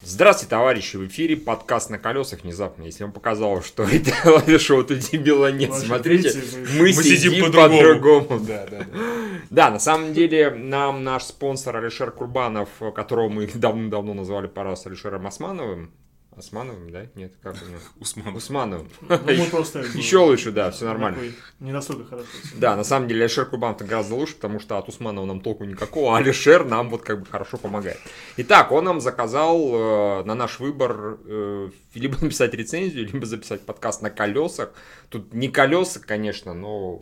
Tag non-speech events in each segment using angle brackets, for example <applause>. Здравствуйте, товарищи! В эфире подкаст на колесах внезапно. Если вам показалось, что <laughs> это шоу, то дебила нет. Ваше Смотрите, третье, мы сидим сидим по-другому. по-другому. Да, да, да. Да, на самом деле нам наш спонсор Алишер Курбанов, которого мы давным-давно назвали пора раз Алишером Османовым. Османовым, да? Нет, как он? Усман. Усмановым. <laughs> Ну, мы просто... Еще лучше, да, все нормально. Такой Не настолько хорошо. Да, на самом деле Алишер Курбанов гораздо лучше, потому что от Усманова нам толку никакого, а Алишер нам вот как бы хорошо помогает. Итак, он нам заказал э, на наш выбор э, либо написать рецензию, либо записать подкаст на колесах. Тут не колеса, конечно, но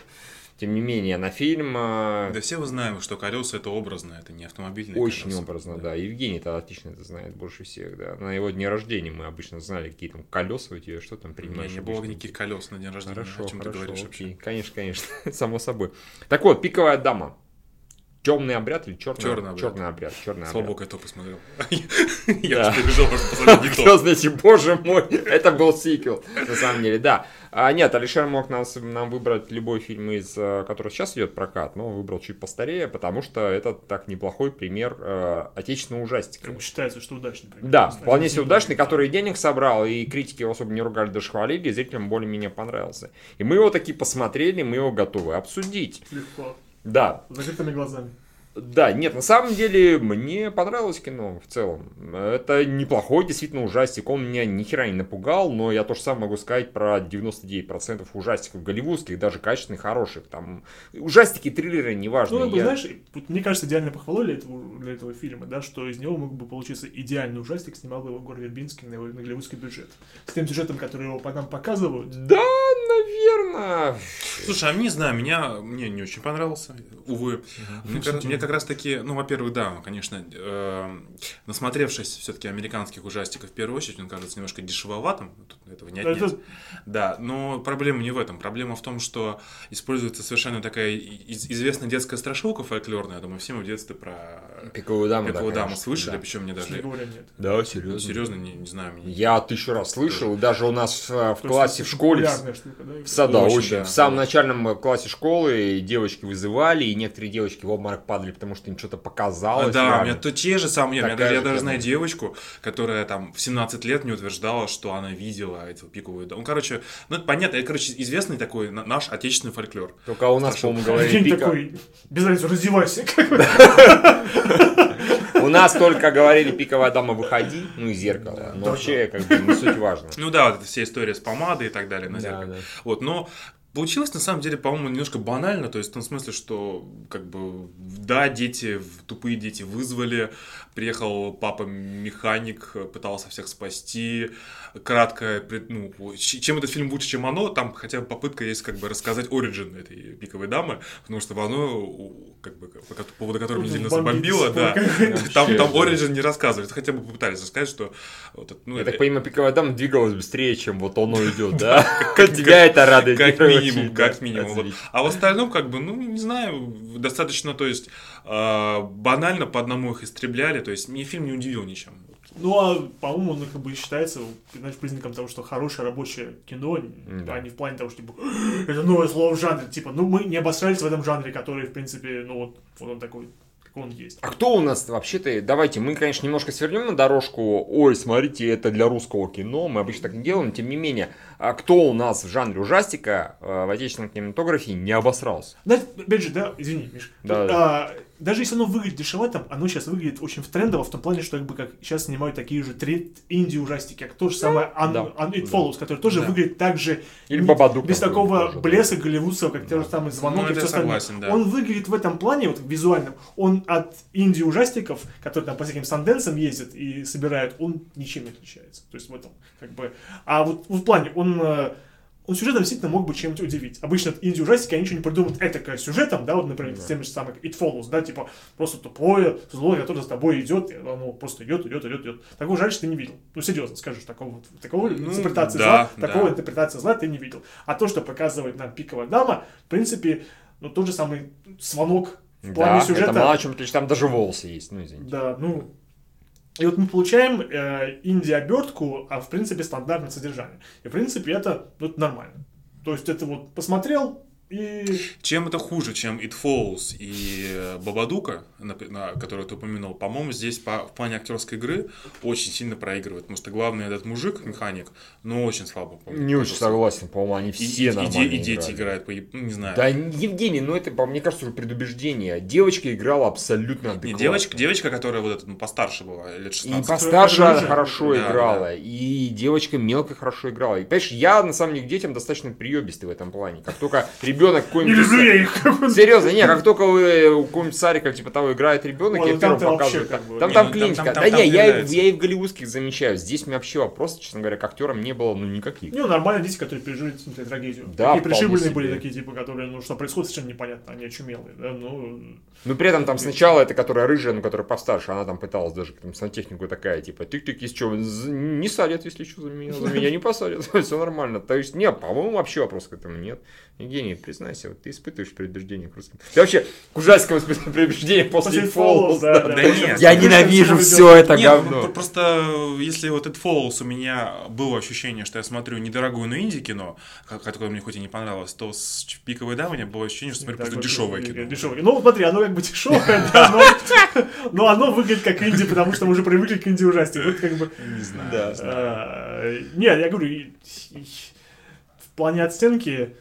тем не менее на фильм э, Да все мы знаем, что колеса это образно, это не автомобильные очень колеса. образно, да. Евгений-то отлично это знает больше всех, да. На его дне рождения мы обычно знали, какие там колеса у тебя, что там У меня принимаешь. не было обычно. никаких колес на день рождения. Хорошо, о чем хорошо, ты говоришь окей. вообще? Конечно, <laughs> конечно, само собой. Так вот, пиковая дама. Темный обряд или черный, Чёрный обряд. Черный обряд. Черный Слава обряд. богу, я то посмотрел. Да. <laughs> Я уж пережил, <laughs> может, посмотрел не Кто то. значит, боже мой, <laughs> это был сиквел, на самом деле, да. А, нет, Алишер мог нас, нам выбрать любой фильм, из э, который сейчас идет в прокат, но он выбрал чуть постарее, потому что это так неплохой пример э, отечественного ужастика. Как бы считается, что удачный. пример. Да, Кстати, вполне если себе удачный, который и денег собрал, и критики его особо не ругали, даже хвалили, и зрителям более-менее понравился. И мы его таки посмотрели, мы его готовы обсудить. Легко. Да, С закрытыми глазами. да, нет, на самом деле мне понравилось кино в целом. Это неплохой действительно ужастик, он меня ни хера не напугал, но я то же самое могу сказать про 99% ужастиков голливудских, даже качественных, хороших. Там ужастики, триллеры, неважно. Ну, как бы, я- знаешь, вот мне кажется, идеально похвалили этого, для этого фильма, да, что из него мог бы получиться идеальный ужастик, снимал бы его Гор Вербинский на его на голливудский бюджет. С тем сюжетом, который его по- нам показывают, Да, наверное. Слушай, а не знаю, меня мне не очень понравился, увы. Мне, как, мне как раз таки, ну, во-первых, да, конечно, э, насмотревшись все-таки американских ужастиков в первую очередь, он кажется немножко дешевоватым, тут этого не Это- отнять. Да, но проблема не в этом. Проблема в том, что используется совершенно такая и- из- известная детская страшилка фольклорная. Я думаю, все мы в детстве про Пиковую даму, да, Пековую даму конечно, слышали, да. причем мне честно даже... говоря, нет. Да, серьезно. Серьезно, не, не знаю. мне- Я тысячу раз слышал, и даже у нас э, в То классе, в есть, школе, в- популярная штука, да, и- в саду, Очень, очень, да. в самом начальном э, классе школы девочки вызывали, и некоторые девочки в обморок падали, потому что им что-то А, показалось. да, у реально. меня то те же самые, я, Такая даже, я же даже тема. знаю девочку, которая там в 17 лет не утверждала, что она видела эту пиковую даму. Ну, короче, ну это понятно, это, короче, известный такой на- наш отечественный фольклор. Только у нас, по-моему, говорили День пика- такой, без разницы, раздевайся. как бы. У нас только говорили пиковая дама выходи, ну и зеркало. Но вообще, как бы, не суть важно. Ну да, вот эта вся история с помадой и так далее <laughs> на зеркале. Да, да. Вот, но получилось на самом деле, по-моему, немножко банально, то есть в том смысле, что как бы да, дети, в- тупые дети вызвали, приехал папа механик, э, пытался всех спасти, кратко, пред- ну, ч- чем этот фильм лучше, чем оно, там хотя бы попытка есть как бы рассказать оригин этой пиковой дамы, потому что в оно, у- как бы, по ко- по поводу которого Тут меня сильно бомбит забомбило, да, сколько. там, Вообще, там да. Origin не рассказывает, хотя бы попытались рассказать, что вот это, ну, Я это- так понимаю, пиковая дама двигалась быстрее, чем вот оно <laughs> идет, да? Тебя это радует. как не минимум, очень, как да. минимум. Вот. Отлично. А в остальном, как бы, ну, не знаю, достаточно, то есть, э, банально по одному их истребляли, то есть, мне фильм не удивил ничем. Ну, а, по-моему, он как бы считается, знаешь, признаком того, что хорошее рабочее кино, Да. а не в плане того, что, типа, это новое слово в жанре. Типа, ну, мы не обосрались в этом жанре, который, в принципе, ну, вот, вот он такой, как он есть. А кто у нас вообще-то? Давайте, мы, конечно, немножко свернем на дорожку. Ой, смотрите, это для русского кино, мы обычно так не делаем, тем не менее. А кто у нас в жанре ужастика э, в отечественном кинематографии не обосрался? Да, опять же, да, извини, Миш. Да, Тут, а, даже если оно выглядит дешевато, оно сейчас выглядит очень в трендово, в том плане, что как бы как сейчас снимают такие же три инди-ужастики, как то же самое Un- да, Un- It да. Follows, который тоже Да. выглядит так же Или не- Бабадук без какой-нибудь такого тоже, да. блеса голливудского, как те же самые Ну, звонок и это все я остальное. согласен, да. Он выглядит в этом плане, вот визуальном, он от инди-ужастиков, которые там по всяким санденсам ездят и собирают, он ничем не отличается. То есть в этом как бы... А вот в плане, он... э, он сюжетом действительно мог бы чем-нибудь удивить. Обычно инди-ужастики, они ничего не придумывают этакое сюжетом, да, вот, например, с тем же самым It Follows, да, типа просто тупое зло, которое за тобой идет, и оно просто идет, идет, идет, идет. Такого жаль, что ты не видел. Ну, серьезно, скажешь, такого, вот- такого Ну, интерпретации да, зла, такого да. интерпретации зла ты не видел. А то, что показывает нам пиковая дама, в принципе, ну, тот же самый звонок в плане Да, сюжета. это мало о чем, то есть там даже волосы есть, ну извините. Да, ну. И вот мы получаем э, инди-обертку, а в принципе стандартное содержание. И в принципе это ну, это нормально. То есть это вот посмотрел, И Чем это хуже, чем It Falls и э, Бабадука, нап- на- которую ты упомянул, по-моему, здесь по, в плане актерской игры очень сильно проигрывает, потому что главный этот мужик, механик, ну очень слабо. по-моему, Не очень подался. согласен, по-моему, они И, все и- и де- нормально и дети играли. играют, по, ну, не знаю. Да, Евгений, ну это, по- мне кажется, уже предубеждение. Девочка играла абсолютно Не, адекватно. девочка, девочка, которая вот эта, ну, постарше была, лет И 16. постарше она Рыжая. хорошо Да, играла, да. и девочка мелко хорошо играла. И понимаешь, я на самом деле к детям достаточно приебистый в этом плане. Как только ребенок не какой-нибудь... люблю я их. <laughs> Серьезно, не, как только э, вы у какого-нибудь сарика типа того играет ребенок, Ой, я ну там первым ты вообще показываю. как бы- Там Не, там ну там- клиника. там- Да там- там не, я и- нравится. я и в голливудских замечаю. Здесь у меня вообще вопросов, честно говоря, к актерам не было ну никаких. Ну, нормально дети, которые пережили смотри, трагедию. Да, Такие пришибленные вполне были себе. такие, типа, которые, ну, что происходит, совершенно непонятно, они очумелые, да, ну... Но при этом там сначала это, которая рыжая, ну которая постарше, она там пыталась даже там сантехнику такая, типа, тык-тык, если что, з- не садят, если что, за меня, за меня не посадят, <laughs> все нормально. То есть, нет, по-моему, вообще вопрос к этому нет. Евгений, признайся, вот ты испытываешь предубеждение к русским. Ты вообще к ужасному испытываешь предубеждение после После Fallout, Fallout, да. да, нет. ну, Я ненавижу все это Не, ну, говно. про- просто э, если вот этот Fallows у меня было ощущение, что я смотрю недорогую, но инди-кино, ко- которое мне хоть и не понравилось, то с Ч- «Пиковой дамы» у меня было ощущение, что смотрю просто дешевое кино. Дешевое. Ну, смотри, оно как бы дешевое, да, но, но оно выглядит как инди, потому что мы уже привыкли к инди-ужастику. Вот как бы... Не знаю. Да. не знаю. э, Нет, я говорю, и- и- в плане оценки,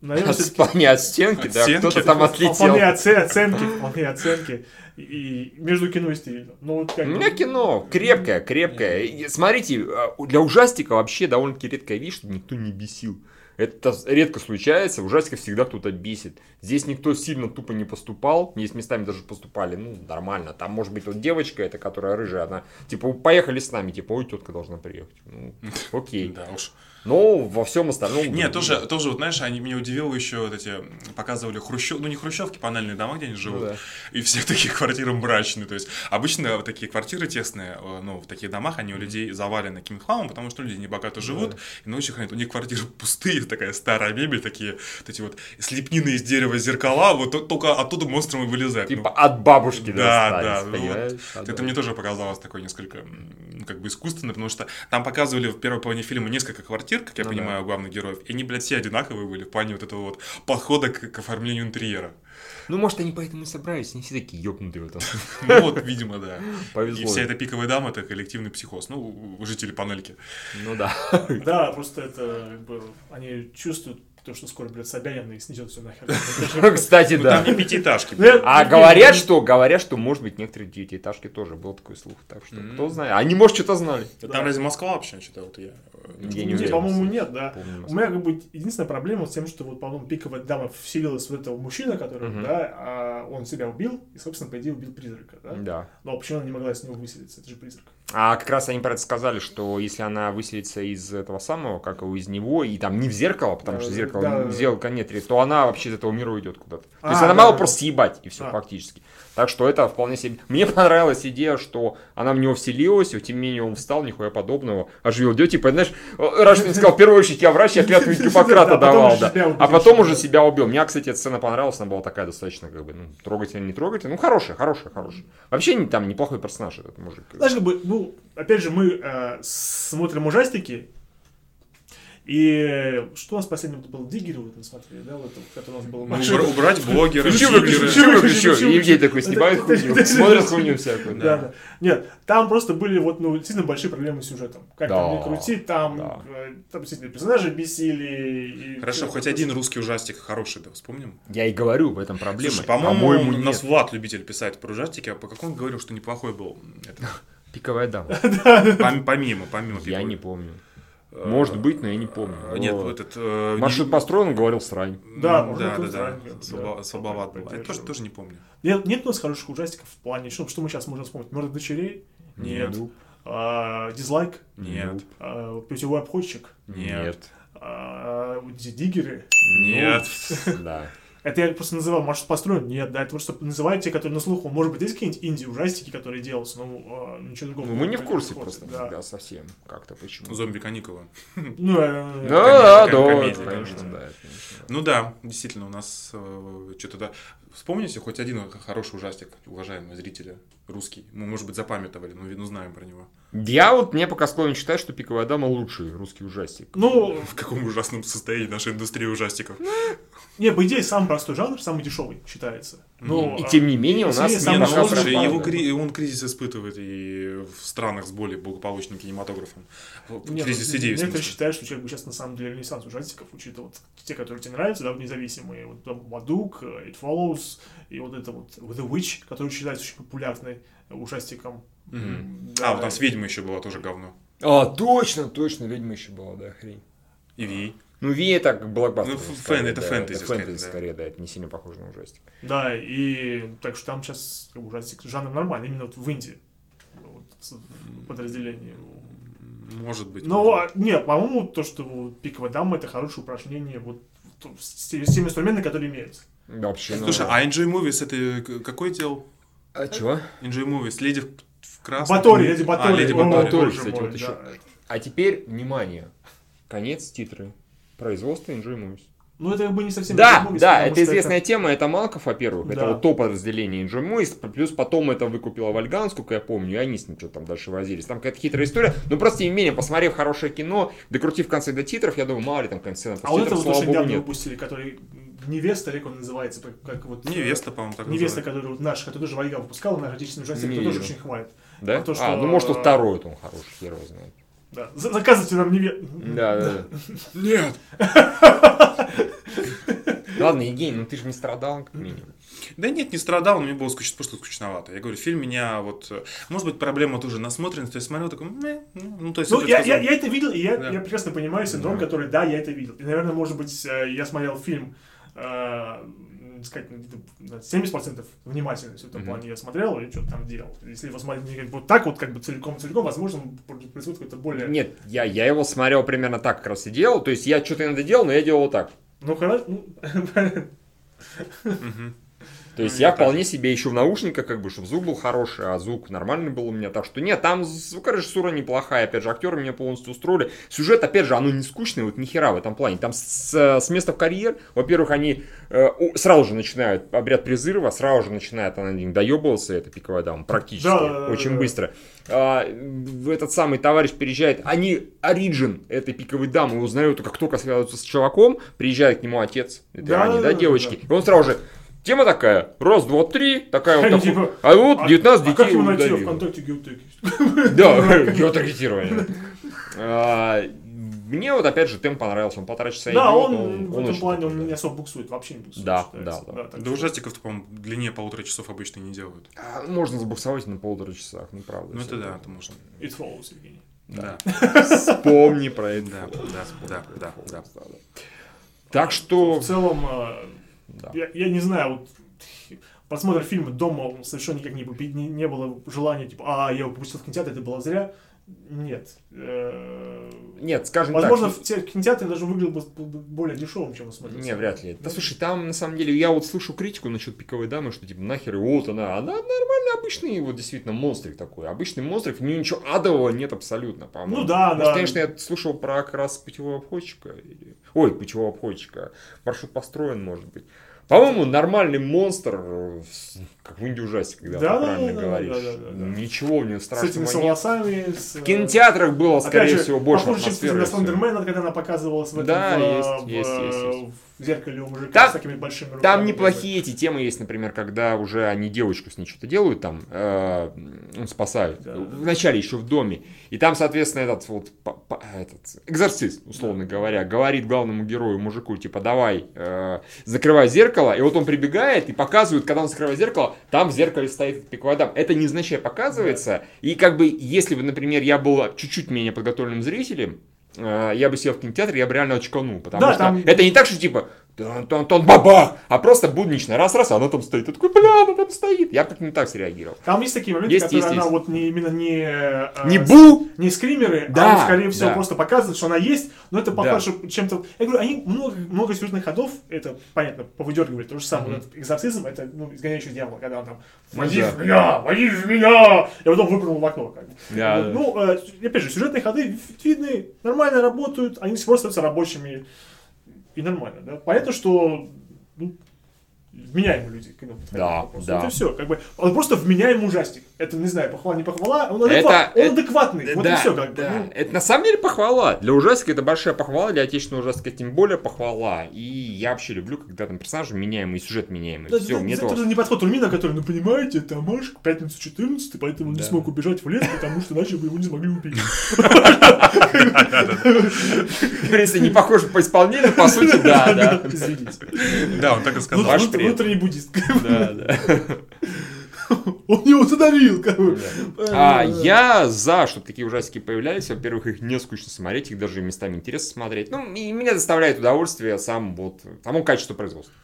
наверное, От все-таки... спальни от стенки, От да, стенки. кто-то <laughs> там отлетел. Вполне оце- оценки, вполне оценки. И между кино и стилем. Ну, вот У как бы- меня кино крепкое, крепкое. И Смотрите, а, у- для ужастика вообще довольно-таки редкая вещь, чтобы никто не бесил. Это с- редко случается, ужастика всегда кто-то бесит. Здесь никто сильно тупо не поступал, есть местами даже поступали, ну, нормально. Там, может быть, вот девочка эта, которая рыжая, она, типа, поехали с нами, типа, ой, тетка должна приехать. <laughs> Ну, окей. Да уж. Но во всем остальном... Нет, другие. тоже, тоже, вот знаешь, они меня удивило еще вот эти, м, показывали хрущев, ну не хрущевки, панельные дома, где они Ну живут, да. и все такие квартиры мрачные, то есть обычно вот такие квартиры тесные, э, ну в таких домах они у людей завалены каким-то хламом, потому что люди небогато живут, и ночью хранят, у них квартиры пустые, такая старая мебель, такие, вот эти вот слепнины из дерева зеркала, вот то- только оттуда монстром и вылезают. Ну, Типа от бабушки Да, достались, да, понимаешь? это Да. мне тоже показалось такое несколько м, как бы искусственно, потому что там показывали в первой половине фильма несколько квартир, как Ну я да. понимаю, у главных героев, и они, блядь, все одинаковые были в плане вот этого вот подхода к, к оформлению <laughs> интерьера. Ну, может, они поэтому и собрались, не все такие ёбнутые в <laughs> этом. Ну вот, видимо, да. Повезло. И вся эта пиковая дама — это коллективный психоз, ну, у- у жители панельки. Ну да. Да, просто это как бы, они чувствуют то, что скоро придет Собянин и снесет все <laughs> нахер. Кстати, Ну, да. Там не пятиэтажки. Ну, я- А Ну, говорят, ну, что, говорят, что, может быть, некоторые девятиэтажки тоже был такой слух, так что М. кто знает. Они, может, что-то знали. да. Там разве Москва вообще что-то вот я... Ну, Я не Не, уверен, по-моему, кстати. нет, да. Помню, У меня как бы единственная проблема с тем, что вот, по-моему, пиковая дама вселилась в этого мужчина, который, Мгм. да, а он себя убил, и, собственно, по идее, убил призрака, да? Да. Но почему она не могла с него выселиться? Это же призрак. А как раз они про это сказали, что если она выселится из этого самого, как его, из него, и там не в зеркало, потому Да, что зеркало, да. зеркало нет, то она вообще из этого мира уйдет куда-то. То А, есть она да, могла да. просто съебать, и все А. фактически. Так что это вполне себе... Мне <laughs> понравилась идея, что она в него вселилась, и тем не менее он встал, нихуя подобного, оживил ее, типа, знаешь, Рашин сказал, в первую очередь я врач, <laughs> я клятву Да, Гиппократа потом давал, уже да. себя убил, А потом что уже ли. себя убил. Мне, кстати, эта сцена понравилась, она была такая достаточно, как бы, ну, трогательная, не трогательная. Ну, хорошая, хорошая, хорошая. Вообще, не- там, неплохой персонаж этот мужик. Знаешь, как бы, ну, опять же, мы э, смотрим ужастики, и что у нас последним был? Диггер вот мы смотрели, да, вот, который у нас был. Ну, убра- Убрать блогеры, Включи, блогеры. выключи, Включи, включи, выключи, выключи. И Евгений такой Это- снимает это- хуйню, это- смотрит хуйню всякую. Да, Да. да. Нет, там просто были вот, ну, действительно большие проблемы с сюжетом. Как Да, там не крути, там, да. э, там действительно персонажи бесили. и- Хорошо, хоть один русский ужастик хороший, да, вспомним. Я и говорю, в этом проблема. Слушай, по-моему, по-моему, у нет. нас Влад любитель писать про ужастики, а по какому говорил, что неплохой был? <laughs> Это, Пиковая <laughs> дама. пом- Помимо, помимо. Я пиковой. не помню. Э, Может быть, но я не помню. э, Нет, Но- этот... э, Маршрут не- построен, говорил срань. Да, М, может, да, тут да, странно, да. да. Слабо- Слабоват был. А Я тоже, Поддерживаю. тоже не помню. Нет, нет у нас хороших ужастиков в плане, что, что мы сейчас можем вспомнить? Мертвых дочерей, Нет. Ну, а, Дизлайк, Нет. а, Путевой обходчик, Нет. Нет. а, Ди- Диггеры. Нет. Ну, <laughs> Да. Это я просто называл маршрут построен. Нет, да, это просто называют те, которые на слуху. Может быть, есть какие-нибудь инди-ужастики, которые делаются, но а, ничего другого. Ну, мы не в понимаете, курсе не просто. Да. Да, совсем. Как-то почему. Зомби каникулы. Ну, э, Да, да, комедия, да, комедия, конечно, да. да, это, конечно. Ну да, действительно, у нас что-то да. Вспомните хоть один хороший ужастик, уважаемые зрители, русский. Мы, может быть, запамятовали, но видно, знаем про него. Я вот, мне пока склонен считать, что «Пиковая дама» лучший русский ужастик. ну, В каком ужасном состоянии наша индустрия ужастиков. Не, по идее, самый простой жанр, самый дешевый считается. Но, И а, тем не менее у если нас есть не самый Ну, Не, ну пока он дешевый, же, пропало. его, кри- он кризис испытывает и в странах с более благополучным кинематографом. В- не, ну, Кризис идей, в Некоторые смысле. считают, что человек сейчас на самом деле ренессанс ужастиков, учитывая вот те, которые тебе нравятся, да, вот независимые, вот там Мадук, э, It Follows, и вот это вот The Witch, который считается очень популярной ужастиком. Мгм. Да, А, вот там с ведьмой еще была тоже говно. А, точно, точно, ведьма еще была, да, хрень. И Ви. Ну, Ви это как блокбастер. Ну, ф- скорее, фэн- это да, фэнтези Это скорее, фэнтези да. скорее, да, это не сильно похоже на ужастик. Да, и так что там сейчас как бы, ужастик жанр нормальный, именно вот в Индии. Вот, с- подразделение. Может быть. Ну, может а, нет, по-моему, то, что вот пиковая дама, это хорошее упражнение вот то- с, те- с теми инструментами, которые имеются. Да, вообще, быть. ну, Слушай, а Enjoy Movies это к- какой делал? а чего? Enjoy Movies, Леди в- в красном. Батори, Леди Батори. А, Леди О, Батори. Батори, боже кстати, мой, вот да. еще. А теперь, внимание, конец титры. Производство Enjoy Movies. Ну, это как бы не совсем... Да, Бэтмен, да, потому это что известная тема, это Малков, во-первых, это Да. вот то подразделение Enjoy Movies, плюс потом это выкупила Вальган, сколько я помню, и они с ним что-то там дальше возились. Там какая-то хитрая история, но просто, тем не менее, посмотрев хорошее кино, докрутив в конце до титров, я думаю, мало ли там конце А вот это вот слава очень богу, недавно нет. выпустили, который невеста, или как он называется, как, как вот... э, Невеста, по-моему, так Невеста, называется. которую вот наша, которую тоже Вальга выпускала, наш отечественный ужастик, Не который тоже вижу. очень хвалит. Да? А то, А, что- ну может, и второй он хороший, хер его знает. Да. За- Заказывайте нам невесту. Да, да, Нет! да. <laughs> Ладно, Евгений, ну ты же не страдал, как минимум. Да нет, не страдал, но мне было скучно, просто скучновато. Я говорю, фильм меня вот... э, Может быть, проблема тоже насмотренности. Я смотрел, такой... «Мэ, ну, ну, то есть... Ну, вот я, сказал, я, я это видел, и я, Да. я прекрасно понимаю синдром, Да. который, да, я это видел. И, наверное, может быть, э, я смотрел фильм, э, м, сказать, ну, где-то на 70% внимательности в этом Мгм. плане я смотрел и что-то там делал. Если его смотреть как бы вот так вот, как бы целиком-целиком, возможно, происходит какое-то более... Нет, я, я его смотрел примерно так как раз и делал. То есть я что-то иногда делал, но я делал вот так. Ну, хорошо, ну, «Мгм». То есть Ну, я я вполне себе еще в наушниках, как бы, чтобы звук был хороший, а звук нормальный был у меня. Так что нет, там звукорежиссура неплохая, опять же, актеры меня полностью устроили. Сюжет, опять же, оно не скучное, вот нихера в этом плане. Там с, с места в карьер, во-первых, они э, у- сразу же начинают обряд призыва, сразу же начинает она один доебываться, это пиковая дама, практически, Да, да, да, очень да. быстро. А, в этот самый товарищ переезжает, они оригин этой пиковой дамы узнают, как только связываются с чуваком, приезжает к нему отец, это Да, они, да, да, да, девочки, и он сразу же, Тема такая, раз, два, три, такая <laughs> вот Они такой- типа, А вот 19 а детей как его найти удавил. <laughs> ВКонтакте Геотеки? <laughs> Да, <laughs> геотаргетирование. А, Мне вот опять же темп понравился, он полтора часа Да, идет, он, в этом очень плане он такой, не да. особо буксует, вообще не буксует. Да, считается. да, да. так Да что- ужастиков, по-моему, длиннее полутора часов обычно не делают. А, Можно забуксовать на полтора часах, ну правда. Ну всё это да, это. это можно. It follows, Евгений. Да. <laughs> Вспомни про это. Да, да, да, да, да. Так что, В целом, э, да. Я, я не знаю, вот просмотр фильма дома совершенно никак не, побе- не, не было желания, типа, а, я его пропустил в кинотеатр, это было зря. Нет. Э, Нет, скажем Возможно, так, ну, в те- кинотеатре даже выглядел бы б- б- более дешевым, чем вы смотрели. Не, вряд ли. Ну, Да слушай, там на самом деле я вот слышу критику насчет пиковой дамы, что типа нахер, и вот она, она нормально обычный, вот действительно монстрик такой, обычный монстрик, в ней ничего адового нет абсолютно, по-моему. Ну да, Может, да. конечно, я слушал про как раз путевого обходчика, или- ой, путевого обходчика, маршрут построен, может быть. По-моему, нормальный монстр, э, с- как в инди-ужастике, когда Да, ты да, правильно да, говоришь. да, да, да, да. Ничего в нем С этими страшного нет. волосами, с... э, В кинотеатрах было, опять скорее же, всего, больше похоже, чем атмосферы. на и всего. Слендермена, когда она показывалась в этом, Да, в, э, есть, в, есть, есть, э, есть. в зеркале у мужика Там- с такими большими руками. Там неплохие эти темы есть, например, когда уже они девочку с ней что-то делают, там э, ну, спасают. Да. Вначале еще в доме. И там, соответственно, этот вот па- па- этот экзорцист, условно говоря, говорит главному герою мужику типа давай э, закрывай зеркало, и вот он прибегает и показывает, когда он закрывает зеркало, там в зеркале стоит пиковая дама. Это незначай показывается. И как бы, если бы, например, я был чуть-чуть менее подготовленным зрителем, э, я бы сел в кинотеатр, я бы реально очканул, потому Да, что там- это не так, что типа тон бабах, а просто буднично, раз-раз, она там стоит, я такой, бля, она там стоит, я как-то не так среагировал. Там есть такие моменты, Есть, которые есть, она есть. вот не именно не... э, Не с- бу, не скримеры, Да, а он, скорее всего, да. просто показывает, что она есть, но это Да. похоже чем-то... Я говорю, они много, много сюжетных ходов, это, понятно, повыдергивали. То же самое, Мгм. вот этот экзорцизм, это, ну, изгоняющий дьявола, когда он там Ну «Води да. в меня! Води в меня!» И потом выпрыгнул в окно. Как бы. Да, Вот, ну, э, с- опять же, сюжетные ходы ви- видны, нормально работают, они до сих пор остаются рабочими и нормально, да. Понятно, что ну, вменяемые люди к нему подходили. Да, Просто да. Вот и все. Как бы, он просто вменяемый ужастик. Это, не знаю, похвала, не похвала, а он, Это- адекват- он э- адекватный. вот и да, все, как бы. да. Ну, Это на самом деле похвала. Для ужастика это большая похвала, для отечественного ужастика тем более похвала. И я вообще люблю, когда там персонаж меняемый, сюжет меняемый. да, все, да, мне это тоже. не подход Румина, который, ну понимаете, это Машка, пятница 14, поэтому он не Да. смог убежать в лес, потому что иначе бы его не смогли убить. В <laughs> принципе, не похоже по исполнению, <laughs> по сути, да, да. Извините. Да, он так и Внут- Ваш сказал. внут- привет. Внутренний Ну, буддист. Да, да. <laughs> Он его задавил, как бы. А я за, чтобы такие ужастики появлялись. Во-первых, их не скучно смотреть, их даже местами интересно смотреть. Ну, и меня доставляет удовольствие сам вот, само качество производства.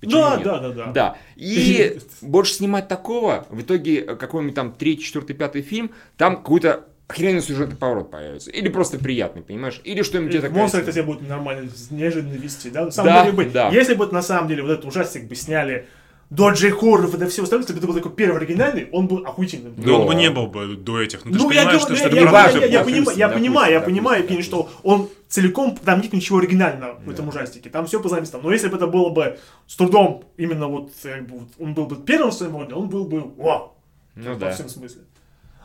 Почему Да, нет? Ну, а, да, да, да. Да. <laughs> И больше снимать такого, в итоге э, какой-нибудь там третий, четвертый, пятый фильм, там какой-то охрененный сюжетный поворот появится. Или просто приятный, понимаешь? Или что-нибудь Э, это Монстры, кстати, будут нормально, неожиданно вести, да? На самом Да, деле быть. да. Если бы на самом деле вот этот ужастик бы сняли до Джей Хорров и до всего остального, если бы это был такой первый оригинальный, он был охуительным. Да. Да он бы не был бы до этих. Ну, ты же я понимаешь, говорю, что это я- я- продажи я- я допустим, будут. понимаю, я допустим, понимаю, я допустим, понимаю, Евгений, что допустим. он целиком, там нет ничего оригинального в этом Да. ужастике, там все по заместам. Но если бы это было бы с трудом, именно вот, э, вот он был бы первым в своем роде, он был бы вау, Ну во да. всем смысле.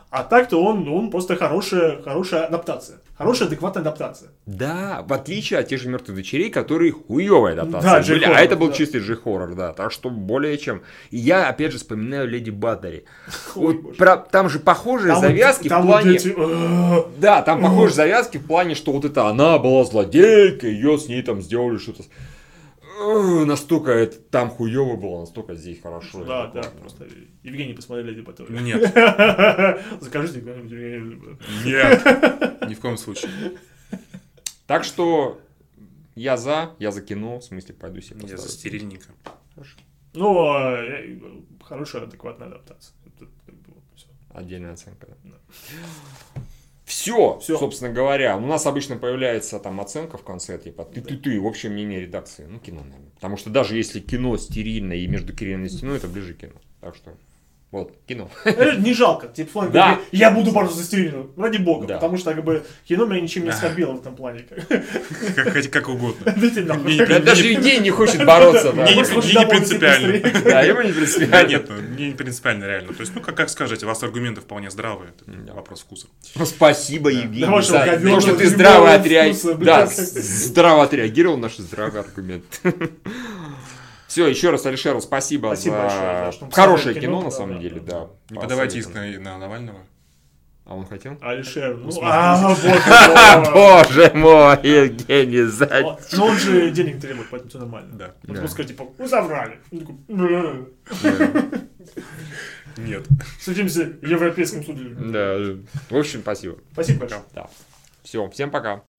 А так-то он, он просто хорошая, хорошая адаптация. Хорошая, адекватная адаптация. Да, в отличие от тех же «Мертвых дочерей», которые хуевая адаптация Да, были, J-хоррор, а это был да. чистый же хоррор, да, так что более чем. И я, опять же, вспоминаю «Леди Баттери». Ой, Вот боже. про- там же похожие Там вот- завязки там в вот плане... эти, э, Да, там похожие завязки в плане, что вот это она была злодейка, ее с ней там сделали что-то... с- Э, Настолько это там хуево было, настолько здесь хорошо. Да, Это да, классно. просто Евгений посмотрел Леди <laughs> Батори. Ну, Нет, Закажите какой-нибудь Евгений Батори. нет, ни в коем случае. Так что я за, я за кино, в смысле пойду себе Я за поставлю. стерильника. Ну, э, хорошая, адекватная адаптация. Это как бы вот всё. <laughs> Отдельная оценка. да. Да. Все, Всё. собственно говоря. У нас обычно появляется там оценка в конце, типа ты-ты-ты, общее мнение редакции. Ну, кино, наверное. Потому что даже если кино стерильное и между и стеной, это ближе к кино. Так что, вот, кино. Э, Не жалко, типа, в плане, Да. как бы, я буду бороться за стерильную, ради бога, Да. потому что, как бы, кино меня ничем не оскорбило в этом плане. <laughs> Как, хоть как угодно. Идите нахуй. Не- Да, Даже идея не хочет бороться. да. не- Может, не лучше домой идти принципиально. быстрее. <laughs> Да, ему не Да принципиально. нет, ну, мне не принципиально реально. То есть, ну как, как скажете, у вас аргументы вполне здравые. Это Да. вопрос вкуса. Ну, Спасибо, Евгений, вашего за то, говёрного что ты любого здраво вкуса, отреагировал. блин. Да, с- здраво отреагировал на наш здравый аргумент. <laughs> Все, еще раз, Алишеру, спасибо Спасибо большое, да, за что мы хорошее посмотрели кино, кино, на да, самом да, деле, да. да. Не подавайте иск Посоветуем. на, на Навального. А он <laughs> хотел? Алишер, ну, смотрите. а, <laughs> А, боже мой. боже мой, Евгений, за... Вот. Но он же денег требует, поэтому все нормально. Да. Он Да. просто скажет, типа, «Ну, заврали. Он такой, «Бля». Нет. Судимся в Европейском суде. Да, в общем, спасибо. Спасибо большое. Да. Все, всем пока.